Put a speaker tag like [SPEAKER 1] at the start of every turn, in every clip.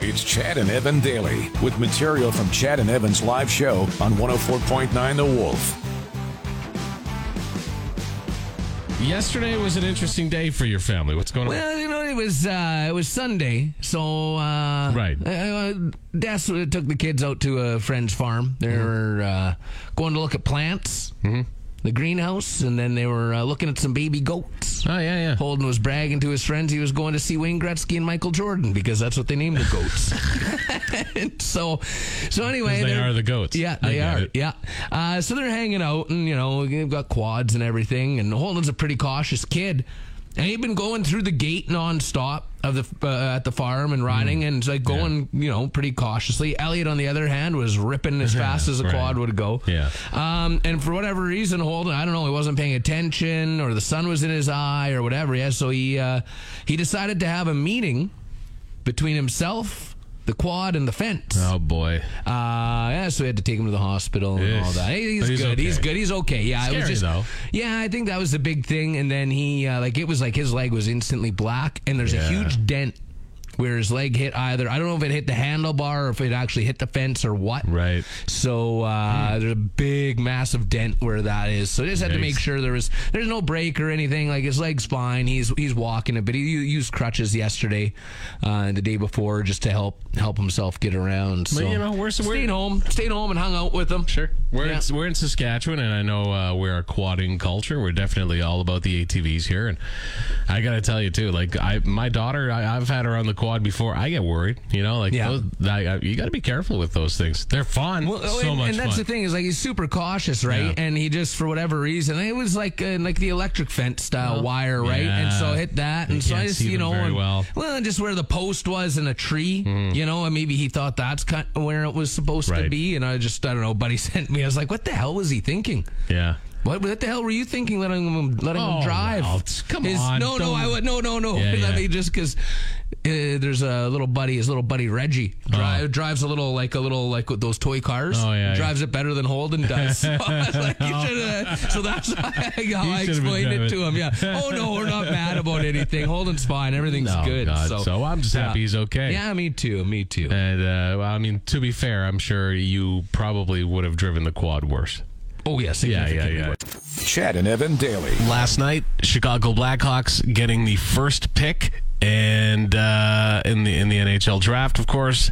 [SPEAKER 1] It's Chad and Evan Daily with material from Chad and Evan's live show on 104.9 The Wolf.
[SPEAKER 2] Yesterday was an interesting day for your family. What's going on?
[SPEAKER 3] Well, you know, it was uh, it was Sunday, so uh,
[SPEAKER 2] Right.
[SPEAKER 3] Uh, uh, Des uh, took the kids out to a friend's farm. They were uh, going to look at plants, mm-hmm. the greenhouse, and then they were uh, looking at some baby goats.
[SPEAKER 2] oh yeah, yeah.
[SPEAKER 3] Holden was bragging to his friends he was going to see Wayne Gretzky and Michael Jordan because that's what they named the goats. And so, so anyway,
[SPEAKER 2] they
[SPEAKER 3] they're-
[SPEAKER 2] are the goats.
[SPEAKER 3] Yeah,
[SPEAKER 2] I
[SPEAKER 3] they
[SPEAKER 2] get
[SPEAKER 3] are.
[SPEAKER 2] it.
[SPEAKER 3] Yeah. Uh, so they're hanging out, and you know, they've got quads and everything. And Holden's a pretty cautious kid, and he'd been going through the gate nonstop of the uh, at the farm and riding,
[SPEAKER 2] Mm.
[SPEAKER 3] and it's like going, you know, pretty cautiously. Elliot, on the other hand, was ripping as fast as a
[SPEAKER 2] Right.
[SPEAKER 3] quad would go.
[SPEAKER 2] Yeah.
[SPEAKER 3] Um, and for whatever reason, Holden, I don't know, he wasn't paying attention, or the sun was in his eye, or whatever. Yeah. So he uh, he decided to have a meeting between himself, the quad, and the fence.
[SPEAKER 2] Oh boy.
[SPEAKER 3] Uh, yeah, so we had to take him to the hospital and
[SPEAKER 2] Yes.
[SPEAKER 3] all that. Hey, he's,
[SPEAKER 2] But he's
[SPEAKER 3] good. He's
[SPEAKER 2] okay.
[SPEAKER 3] good. He's okay. Yeah, it was
[SPEAKER 2] Scary,
[SPEAKER 3] just.
[SPEAKER 2] though.
[SPEAKER 3] Yeah, I think that was the big thing. And then he, uh, like, it was like his leg was instantly black, and there's
[SPEAKER 2] Yeah.
[SPEAKER 3] a huge dent where his leg hit either. I don't know if it hit the handlebar or if it actually hit the fence or what.
[SPEAKER 2] Right.
[SPEAKER 3] So uh, there's a big, massive dent where that is. So they just had to
[SPEAKER 2] Hmm. Yikes.
[SPEAKER 3] make sure there was there's no break or anything. Like his leg's fine. He's he's walking it, but he u- used crutches yesterday uh, and the day before just to help help himself get around. So
[SPEAKER 2] you know, we're- we're-
[SPEAKER 3] stayed home, stayed home, and hung out with him.
[SPEAKER 2] Sure. We're
[SPEAKER 3] Yeah.
[SPEAKER 2] in, we're in Saskatchewan, and I know uh, we're a quadding culture. We're definitely all about the ATVs here, and I gotta tell you too. Like I, my daughter, I, I've had her on the quad before. I get worried. You know, like
[SPEAKER 3] Yeah.
[SPEAKER 2] those, I, I- you gotta be careful with those things. They're fun.
[SPEAKER 3] Well, oh,
[SPEAKER 2] so
[SPEAKER 3] and,
[SPEAKER 2] much
[SPEAKER 3] and that's
[SPEAKER 2] fun.
[SPEAKER 3] the thing is like he's super cautious, right?
[SPEAKER 2] Yeah.
[SPEAKER 3] And he just for whatever reason, it was like uh, like the electric fence style wire, right? And
[SPEAKER 2] yeah.
[SPEAKER 3] so hit that,
[SPEAKER 2] You
[SPEAKER 3] and so I
[SPEAKER 2] can't
[SPEAKER 3] just
[SPEAKER 2] see
[SPEAKER 3] you
[SPEAKER 2] them
[SPEAKER 3] know,
[SPEAKER 2] very
[SPEAKER 3] and,
[SPEAKER 2] well. Mm-hmm.
[SPEAKER 3] and just where the post was in a tree, you know, and maybe he thought that's kind where it was supposed to
[SPEAKER 2] Right.
[SPEAKER 3] be, and I just I don't know. Buddy sent me, I was like, what the hell was he thinking?
[SPEAKER 2] yeah.
[SPEAKER 3] What, what the hell were you thinking? Letting him letting
[SPEAKER 2] Oh,
[SPEAKER 3] him drive?
[SPEAKER 2] well, it's- come on,
[SPEAKER 3] No, no,
[SPEAKER 2] don't-
[SPEAKER 3] I would. No, no, no.
[SPEAKER 2] Yeah,
[SPEAKER 3] Let
[SPEAKER 2] yeah.
[SPEAKER 3] me just because uh, there's a little buddy. His little buddy Reggie drive, drives a little like a little like with those toy cars.
[SPEAKER 2] Oh, yeah,
[SPEAKER 3] drives it better than Holden does. so, I was like, you shoulda- so that's why I, how I
[SPEAKER 2] should've been
[SPEAKER 3] explained it to him.
[SPEAKER 2] driving.
[SPEAKER 3] Yeah. Oh no, we're not mad about anything. Holden's fine. Everything's
[SPEAKER 2] Oh,
[SPEAKER 3] good.
[SPEAKER 2] God.
[SPEAKER 3] So,
[SPEAKER 2] So I'm just happy he's okay.
[SPEAKER 3] Yeah, me too. Me too.
[SPEAKER 2] And uh, well, I mean, to be fair, I'm sure you probably would have driven the quad worse.
[SPEAKER 3] oh yeah,
[SPEAKER 2] Yeah, yeah,
[SPEAKER 3] significantly
[SPEAKER 2] yeah.
[SPEAKER 1] Chad and Evan Daily.
[SPEAKER 2] last night. Chicago Blackhawks getting the first pick and uh, in the in the NHL draft, of course.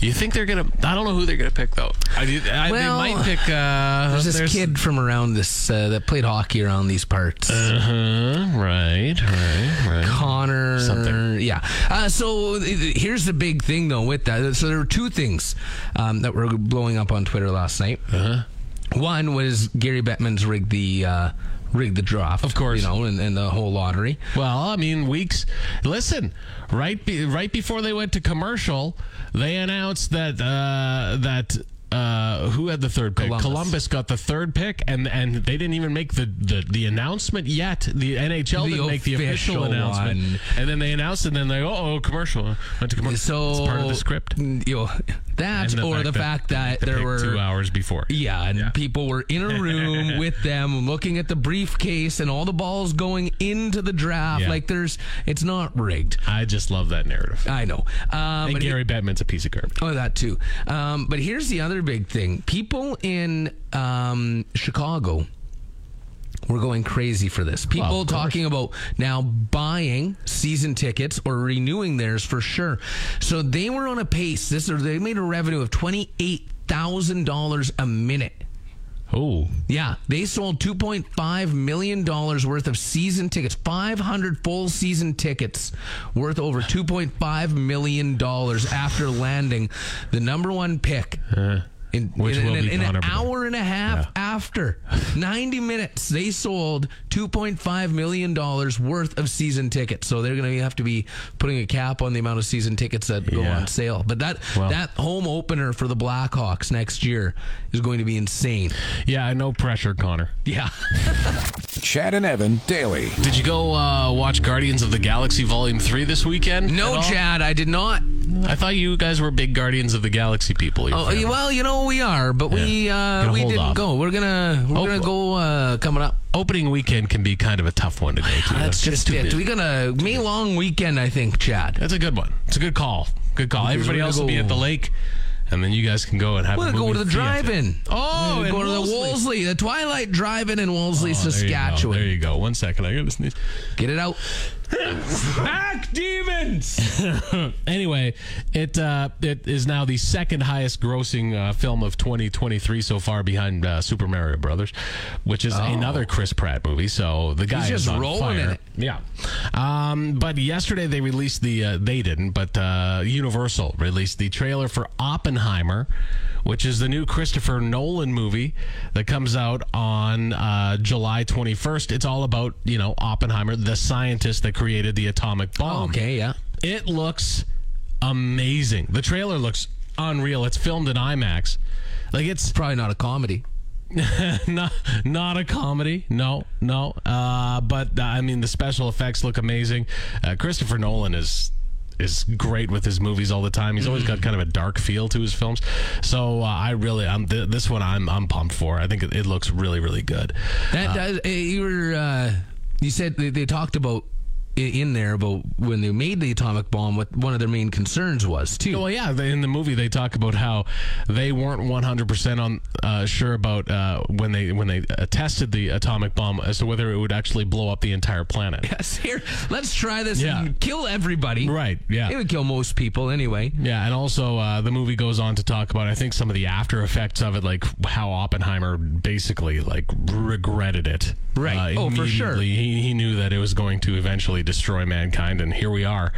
[SPEAKER 2] You think they're gonna? I don't know who they're gonna pick though. I, do- I,
[SPEAKER 3] Well,
[SPEAKER 2] they might pick. Uh,
[SPEAKER 3] There's this kid from around this uh, that played hockey around these parts.
[SPEAKER 2] Uh-huh, right, right, right.
[SPEAKER 3] Connor.
[SPEAKER 2] Something.
[SPEAKER 3] Yeah. Uh, so th- th- here's the big thing, though, with that. So there were two things um, that were blowing up on Twitter last night.
[SPEAKER 2] Uh-huh.
[SPEAKER 3] One was Gary Bettman's rigged the. Uh, rigged the draft, of
[SPEAKER 2] course.
[SPEAKER 3] you know, and, and the whole lottery.
[SPEAKER 2] Well, I mean, weeks. Listen, right, be, right before they went to commercial, they announced that uh, that. Uh, who had the third pick?
[SPEAKER 3] Columbus.
[SPEAKER 2] got the third pick, and and they didn't even make the the, the announcement yet. The NHL
[SPEAKER 3] The
[SPEAKER 2] didn't make the official
[SPEAKER 3] official
[SPEAKER 2] announcement,
[SPEAKER 3] one.
[SPEAKER 2] and then they announced, and then they oh, oh commercial went to commercial.
[SPEAKER 3] So
[SPEAKER 2] it's part of the script.
[SPEAKER 3] you know, that
[SPEAKER 2] And the
[SPEAKER 3] or
[SPEAKER 2] fact
[SPEAKER 3] the
[SPEAKER 2] that
[SPEAKER 3] fact that,
[SPEAKER 2] They
[SPEAKER 3] there
[SPEAKER 2] picked
[SPEAKER 3] were
[SPEAKER 2] two hours before.
[SPEAKER 3] Yeah, and people were in a room with them looking at the briefcase and all the balls going into the draft.
[SPEAKER 2] Yeah.
[SPEAKER 3] Like there's, it's not rigged.
[SPEAKER 2] I just love that narrative.
[SPEAKER 3] I know. Um,
[SPEAKER 2] and
[SPEAKER 3] but
[SPEAKER 2] Gary Bettman's a piece of garbage.
[SPEAKER 3] Oh, that too. Um, but here's the other big thing: people in um, Chicago were going crazy for this. People
[SPEAKER 2] of course.
[SPEAKER 3] talking about now buying season tickets or renewing theirs for sure. So they were on a pace. This or they made a revenue of twenty eight thousand dollars a minute.
[SPEAKER 2] Oh,
[SPEAKER 3] Yeah, they sold $2.5 million worth of season tickets, 500 full season tickets worth over $2.5 million after landing the number one pick. in,
[SPEAKER 2] Uh, which
[SPEAKER 3] in,
[SPEAKER 2] will
[SPEAKER 3] in-
[SPEAKER 2] be
[SPEAKER 3] in
[SPEAKER 2] Connor
[SPEAKER 3] an
[SPEAKER 2] Bedard.
[SPEAKER 3] hour and a half after 90 minutes, they sold $2.5 million worth of season tickets. So they're going to have to be putting a cap on the amount of season tickets that go
[SPEAKER 2] Yeah.
[SPEAKER 3] on sale. But that,
[SPEAKER 2] Well.
[SPEAKER 3] that home opener for the Blackhawks next year is going to be insane.
[SPEAKER 2] yeah, no pressure, Connor.
[SPEAKER 3] Yeah.
[SPEAKER 1] Chad and Evan Daily.
[SPEAKER 2] Did you go uh, watch Guardians of the Galaxy Volume 3 this weekend?
[SPEAKER 3] No,
[SPEAKER 2] at all?
[SPEAKER 3] Chad, I did not.
[SPEAKER 2] I thought you guys were big Guardians of the Galaxy people. your
[SPEAKER 3] Oh,
[SPEAKER 2] family.
[SPEAKER 3] well, you know we are, but we
[SPEAKER 2] Gonna
[SPEAKER 3] uh, we
[SPEAKER 2] hold
[SPEAKER 3] didn't
[SPEAKER 2] off.
[SPEAKER 3] go. We're gonna we're
[SPEAKER 2] Oh, well.
[SPEAKER 3] gonna go uh, coming up.
[SPEAKER 2] Opening weekend can be kind of a tough one to go to.
[SPEAKER 3] That's
[SPEAKER 2] It's
[SPEAKER 3] just
[SPEAKER 2] too
[SPEAKER 3] it.
[SPEAKER 2] busy.
[SPEAKER 3] We gonna May long weekend, I think, Chad.
[SPEAKER 2] That's a good one. It's a good call. Good call. Everybody
[SPEAKER 3] we're
[SPEAKER 2] else will
[SPEAKER 3] gonna
[SPEAKER 2] be at the
[SPEAKER 3] go-
[SPEAKER 2] lake, and then you guys can go and have.
[SPEAKER 3] We're
[SPEAKER 2] a
[SPEAKER 3] gonna go
[SPEAKER 2] movie
[SPEAKER 3] to the
[SPEAKER 2] theater.
[SPEAKER 3] drive-in.
[SPEAKER 2] Oh,
[SPEAKER 3] We're
[SPEAKER 2] and
[SPEAKER 3] gonna go to the Wolseley, the Twilight Drive-in in Wolseley,
[SPEAKER 2] Oh, there you go.
[SPEAKER 3] Saskatchewan.
[SPEAKER 2] There you, go. One second. I gotta sneeze.
[SPEAKER 3] Get it out.
[SPEAKER 2] Back demons. anyway, it uh, it is now the second highest grossing uh, film of 2023 so far, behind uh, Super Mario Brothers, which is another Chris Pratt movie. So the guy
[SPEAKER 3] Oh. He's
[SPEAKER 2] is
[SPEAKER 3] just
[SPEAKER 2] on
[SPEAKER 3] rolling
[SPEAKER 2] fire.
[SPEAKER 3] in it.
[SPEAKER 2] Yeah. Um, but yesterday they released the, uh, they didn't, but uh, Universal released the trailer for Oppenheimer, which is the new Christopher Nolan movie that comes out on uh, July 21st. It's all about, you know, Oppenheimer, the scientist that created the atomic bomb.
[SPEAKER 3] Okay, yeah.
[SPEAKER 2] It looks amazing. The trailer looks unreal. It's filmed in IMAX. Like it's
[SPEAKER 3] Probably not a comedy.
[SPEAKER 2] not not a comedy. No, no. Uh, but uh, I mean, the special effects look amazing. Uh, Christopher Nolan is is great with his movies all the time. He's always got kind of a dark feel to his films. So uh, I really, I'm th- this one I'm I'm pumped for. I think it, it looks really really good.
[SPEAKER 3] That
[SPEAKER 2] Uh.
[SPEAKER 3] does, eh, you were uh, you said they, they talked about i- in there about when they made the atomic bomb. What one of their main concerns was too.
[SPEAKER 2] Well, yeah, they, in the movie they talk about how they weren't 100% on uh, sure about uh, when they when they uh, tested the atomic bomb as to whether it would actually blow up the entire planet.
[SPEAKER 3] Yes, here, let's try this
[SPEAKER 2] Yeah.
[SPEAKER 3] and kill everybody.
[SPEAKER 2] Right, yeah.
[SPEAKER 3] It would kill most people anyway.
[SPEAKER 2] Yeah, and also uh, the movie goes on to talk about I think some of the after effects of it, like how Oppenheimer basically like regretted it.
[SPEAKER 3] Right.
[SPEAKER 2] Uh,
[SPEAKER 3] Oh, for sure.
[SPEAKER 2] immediately. He, he knew that it was going to eventually destroy mankind, and here we are.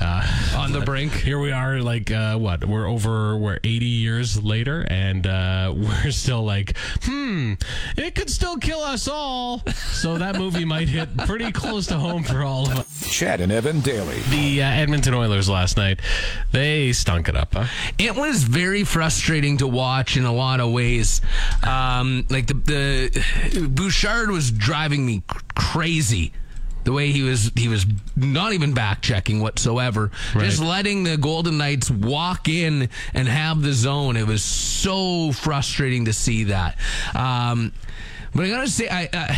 [SPEAKER 2] Uh,
[SPEAKER 3] On the brink.
[SPEAKER 2] here we are, like uh, what? We're over. We're 80 years later, and uh, we're still like, hmm, it could still kill us all. So that movie might hit pretty close to home for all of us.
[SPEAKER 1] Chad and Evan daily.
[SPEAKER 2] The uh, Edmonton Oilers last night, they stunk it up. Huh?
[SPEAKER 3] It was very frustrating to watch in a lot of ways. Um, like the, the Bouchard was driving me cr- crazy. The way he was, he was not even back checking whatsoever. Just
[SPEAKER 2] Right.
[SPEAKER 3] letting the Golden Knights walk in and have the zone. It was so frustrating to see that. Um, but I gotta say, I. Uh,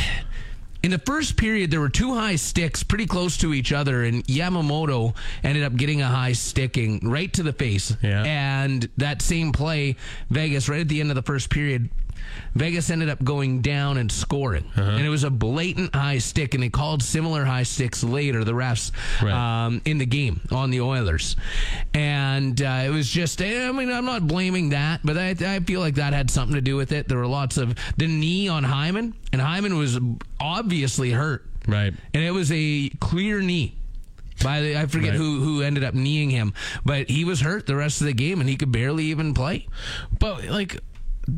[SPEAKER 3] in the first period, there were two high sticks pretty close to each other, and Yamamoto ended up getting a high sticking right to the face.
[SPEAKER 2] Yeah.
[SPEAKER 3] And that same play, Vegas, right at the end of the first period, Vegas ended up going down and scoring. And it was a blatant high stick, and they called similar high sticks later, the refs,
[SPEAKER 2] Right.
[SPEAKER 3] um, in the game on the Oilers. And uh, it was just, I mean, I'm not blaming that, but I, I feel like that had something to do with it. There were lots of the knee on Hyman, and Hyman was obviously hurt.
[SPEAKER 2] Right.
[SPEAKER 3] And it was a clear knee. By the, I forget
[SPEAKER 2] Right.
[SPEAKER 3] who, who ended up kneeing him, but he was hurt the rest of the game and he could barely even play.
[SPEAKER 2] But like,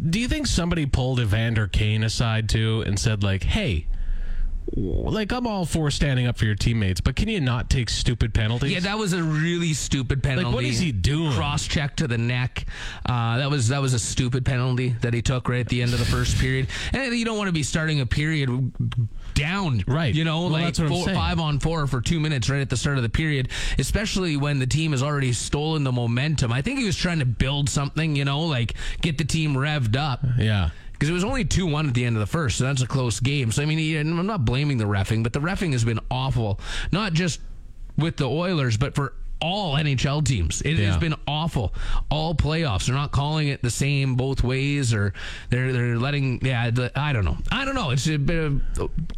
[SPEAKER 2] do you think somebody pulled Evander Kane aside too and said like, "Hey, like I'm all for standing up for your teammates, but can you not take stupid penalties?"
[SPEAKER 3] Yeah, that was a really stupid penalty.
[SPEAKER 2] what is he doing?
[SPEAKER 3] Cross check to the neck. Uh, that was that was a stupid penalty that he took right at the end of the first period. And you don't want to be starting a period down,
[SPEAKER 2] Right.
[SPEAKER 3] You know,
[SPEAKER 2] Well,
[SPEAKER 3] like
[SPEAKER 2] that's what I'm
[SPEAKER 3] four,
[SPEAKER 2] saying.
[SPEAKER 3] five on four for two minutes right at the start of the period, especially when the team has already stolen the momentum. I think he was trying to build something, you know, like get the team revved up.
[SPEAKER 2] yeah.
[SPEAKER 3] Because it was only 2 1 at the end of the first, so that's a close game. So, I mean, he- and I'm not blaming the refing, but the refing has been awful, not just with the Oilers, but for all NHL teams. It has
[SPEAKER 2] Yeah.
[SPEAKER 3] been awful. All playoffs. They're not calling it the same both ways, or they're they're letting, yeah, the, I don't know. I don't know. It's a bit of.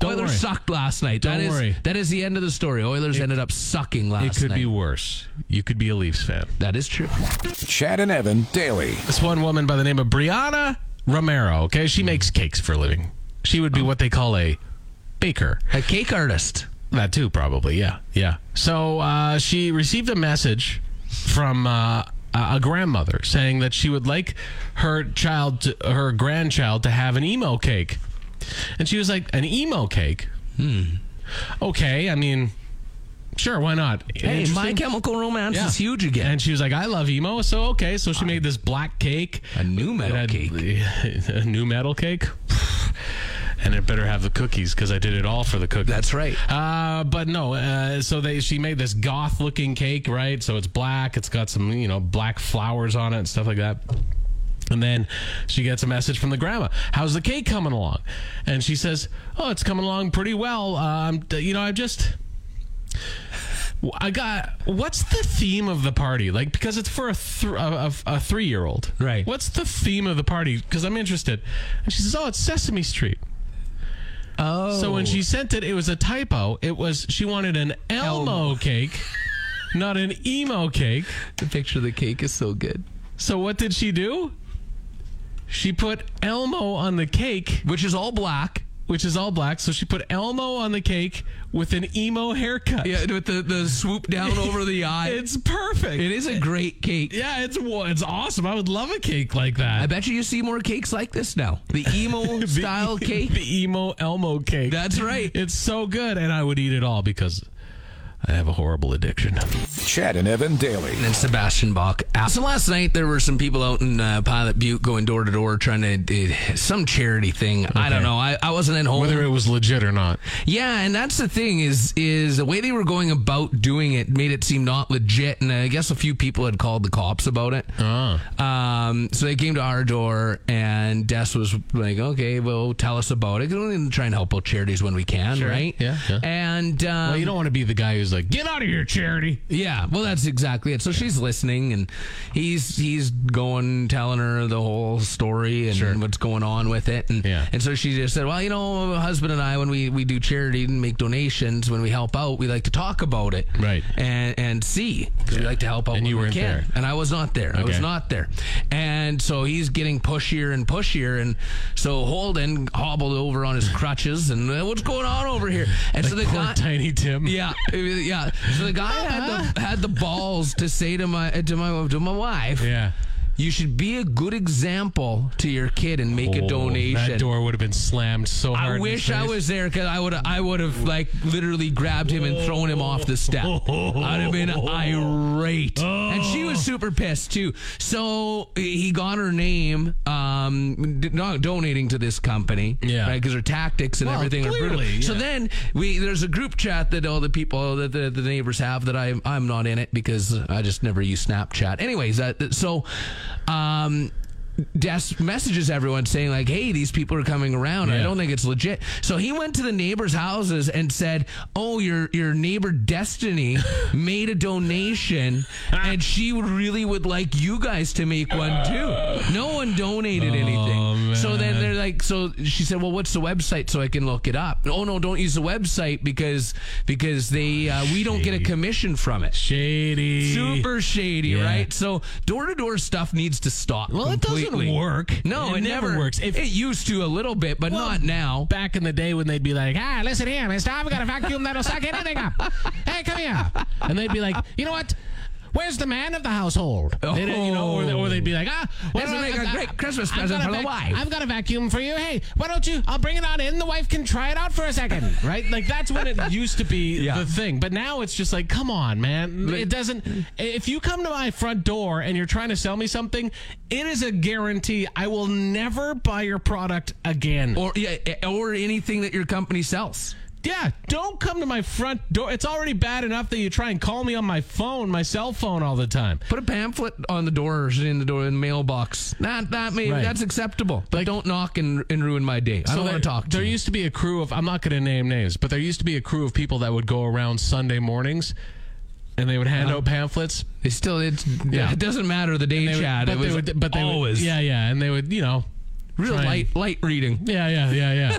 [SPEAKER 3] Oilers
[SPEAKER 2] worry.
[SPEAKER 3] sucked last night. That
[SPEAKER 2] Don't
[SPEAKER 3] is-
[SPEAKER 2] worry.
[SPEAKER 3] That is the end of the story. Oilers ended up sucking
[SPEAKER 2] It
[SPEAKER 3] last
[SPEAKER 2] could
[SPEAKER 3] night.
[SPEAKER 2] be worse. You could be a Leafs fan.
[SPEAKER 3] that is true.
[SPEAKER 1] Chad and Evan daily.
[SPEAKER 2] This one woman by the name of Brianna Romero. Okay, she makes cakes for a living. She
[SPEAKER 3] Oh.
[SPEAKER 2] would be what they call a baker.
[SPEAKER 3] A cake artist.
[SPEAKER 2] That too, probably. Yeah, yeah. So uh, she received a message from uh, a a grandmother saying that she would like her child, to, her grandchild, to have an emo cake, and she was like, "An emo cake? Hmm. Okay. I mean, sure. Why not?
[SPEAKER 3] Hey,
[SPEAKER 2] Interesting.
[SPEAKER 3] My Chemical Romance
[SPEAKER 2] Yeah.
[SPEAKER 3] is huge again.
[SPEAKER 2] And she was like, "I love emo." So okay. So she made this black cake,
[SPEAKER 3] A new metal
[SPEAKER 2] It had-
[SPEAKER 3] cake.
[SPEAKER 2] a new metal cake. And it better have the cookies because I did it all for the cookies.
[SPEAKER 3] That's right.
[SPEAKER 2] Uh, but no, uh, so they she made this goth looking cake, right? So it's black. It's got some you know black flowers on it and stuff like that. And then she gets a message from the grandma. How's the cake coming along? And Uh, she says, "Oh, it's coming along pretty well. Um, d- you know, I'm just." I got what's the theme of the party? Like because it's for a th- a, a, a three year old,
[SPEAKER 4] Right.
[SPEAKER 2] What's the theme of the party? Because I'm interested. And she says, "Oh, it's Sesame Street."
[SPEAKER 4] Oh,
[SPEAKER 2] So when she sent it, it was a typo. It was she wanted an Elmo, cake, not an emo cake.
[SPEAKER 3] The picture of the cake is so good.
[SPEAKER 2] So what did she do? She put Elmo on the cake,
[SPEAKER 3] Which is all black.
[SPEAKER 2] which is all black. So she put Elmo on the cake with an emo haircut.
[SPEAKER 3] Yeah, with the, the swoop down over the eye.
[SPEAKER 2] It's perfect.
[SPEAKER 3] it is a great cake.
[SPEAKER 2] Yeah, it's wa- it's awesome. I would love a cake like that.
[SPEAKER 3] I bet you you see more cakes like this now. The emo
[SPEAKER 2] The-
[SPEAKER 3] style cake.
[SPEAKER 2] the emo Elmo cake.
[SPEAKER 3] That's right.
[SPEAKER 2] it's so good, and I would eat it all because I have a horrible addiction.
[SPEAKER 1] Chad and Evan daily.
[SPEAKER 3] And Sebastian Bach. out. So last night there were some people out in uh, Pilot Butte going door to door trying to uh, some charity thing. I don't know. I, I wasn't at home.
[SPEAKER 2] Whether it was legit or not,
[SPEAKER 3] Yeah, and that's the thing is is the way they were going about doing it made it seem not legit, and I guess a few people had called the cops about it.
[SPEAKER 2] Oh. Uh-huh.
[SPEAKER 3] Um, so they came to our door, and Des was like, "Okay, well, tell us about it. 'Cause We're going to try and help out charities when we can, right?
[SPEAKER 2] Yeah, yeah.
[SPEAKER 3] And um,
[SPEAKER 2] well, you don't want to be the guy who's like, "Get out of here, charity."
[SPEAKER 3] yeah, well, that's exactly it. So she's listening, and he's he's going telling her the whole story and what's going on with it, and
[SPEAKER 2] Yeah.
[SPEAKER 3] and so she just said, well, you know, my husband and I, when we we do charity and make donations, when we help out, we like to talk about it,
[SPEAKER 2] Right.
[SPEAKER 3] And and see because we like to help out.
[SPEAKER 2] And
[SPEAKER 3] when
[SPEAKER 2] you
[SPEAKER 3] we
[SPEAKER 2] weren't
[SPEAKER 3] can.
[SPEAKER 2] there.
[SPEAKER 3] and I was not there. I was
[SPEAKER 2] Okay.
[SPEAKER 3] not there, and so he's getting pushier and pushier, and so Holden hobbled over on his crutches, and "Uh, what's going on over here? And so the
[SPEAKER 2] Poor
[SPEAKER 3] guy.
[SPEAKER 2] Tiny Tim.
[SPEAKER 3] Yeah, yeah. So the guy had the had the balls to say to my to my to my wife,
[SPEAKER 2] yeah.
[SPEAKER 3] "You should be a good example to your kid and make a
[SPEAKER 2] Oh, That
[SPEAKER 3] donation."
[SPEAKER 2] door would have been slammed so hard.
[SPEAKER 3] I
[SPEAKER 2] in his
[SPEAKER 3] wish I
[SPEAKER 2] face.
[SPEAKER 3] was there because I would I would have like literally grabbed him and thrown him off the step. I'd have been irate, and she
[SPEAKER 2] Oh.
[SPEAKER 3] was super pissed too. So he got her name, um, d- not donating to this company,
[SPEAKER 2] Yeah.
[SPEAKER 3] because her tactics and
[SPEAKER 2] Well,
[SPEAKER 3] everything are brutal.
[SPEAKER 2] clearly,
[SPEAKER 3] So
[SPEAKER 2] yeah.
[SPEAKER 3] then we there's a group chat that all the people that the, the neighbors have that I I'm not in it because I just never use Snapchat. Anyways, that so. Um, Des messages everyone saying like, "Hey, these people are coming around. I
[SPEAKER 2] Yeah.
[SPEAKER 3] don't think it's legit." So he went to the neighbors' houses and said, "Oh, your your neighbor Destiny made a donation, and she really would like you guys to make one too. No one donated
[SPEAKER 2] Oh,
[SPEAKER 3] anything. So then they're like, so she said, "Well, what's the website so I can look it up?" Oh no, don't use the website because because they uh, we don't get a commission from it.
[SPEAKER 2] shady.
[SPEAKER 3] Super shady,
[SPEAKER 2] Yeah.
[SPEAKER 3] right? So door to door stuff needs to stop.
[SPEAKER 2] Well, it doesn't
[SPEAKER 3] completely.
[SPEAKER 2] work.
[SPEAKER 3] No, it, never,
[SPEAKER 2] works. If-
[SPEAKER 3] it used to a little bit, but not now.
[SPEAKER 2] back in the day when they'd be like, ah, listen here, mister, I've got a vacuum that'll suck anything up. Hey, come here. And they'd be like, you know what? Where's the man of the household? They didn't- you know, or, they, or they'd be like, ah, why
[SPEAKER 3] Let's
[SPEAKER 2] don't
[SPEAKER 3] Oh. make
[SPEAKER 2] I-
[SPEAKER 3] a
[SPEAKER 2] I-
[SPEAKER 3] great Christmas
[SPEAKER 2] I've
[SPEAKER 3] present
[SPEAKER 2] got a
[SPEAKER 3] for the
[SPEAKER 2] vac-
[SPEAKER 3] wife."
[SPEAKER 2] I've got a vacuum for you. Hey, why don't you? I'll bring it on in. The wife can try it out for a second, right? Like that's when it used to be
[SPEAKER 3] Yeah.
[SPEAKER 2] the thing. But now it's just like, come on, man. It doesn't. If you come to my front door and you're trying to sell me something, it is a guarantee I will never buy your product again.
[SPEAKER 3] Or yeah, or anything that your company sells.
[SPEAKER 2] Yeah, don't come to my front door. It's already bad enough that you try and call me on my phone, my cell phone, all the time.
[SPEAKER 3] Put a pamphlet on the doors in the door in the mailbox. That that may
[SPEAKER 2] Right.
[SPEAKER 3] that's acceptable. But don't knock and, and ruin my day. I don't
[SPEAKER 2] there-
[SPEAKER 3] want to talk to
[SPEAKER 2] There
[SPEAKER 3] you.
[SPEAKER 2] used to be a crew of, I'm not going to name names, but there used to be a crew of people that would go around Sunday mornings and they would hand
[SPEAKER 3] Uh-huh.
[SPEAKER 2] out pamphlets.
[SPEAKER 3] It's still it's
[SPEAKER 2] Yeah.
[SPEAKER 3] it doesn't matter the day
[SPEAKER 2] They would-
[SPEAKER 3] chat.
[SPEAKER 2] but
[SPEAKER 3] it was
[SPEAKER 2] they would, but they would-
[SPEAKER 3] always
[SPEAKER 2] yeah, yeah. And they would, you know,
[SPEAKER 3] real
[SPEAKER 2] try and-
[SPEAKER 3] light light reading.
[SPEAKER 2] Yeah, yeah, yeah, yeah.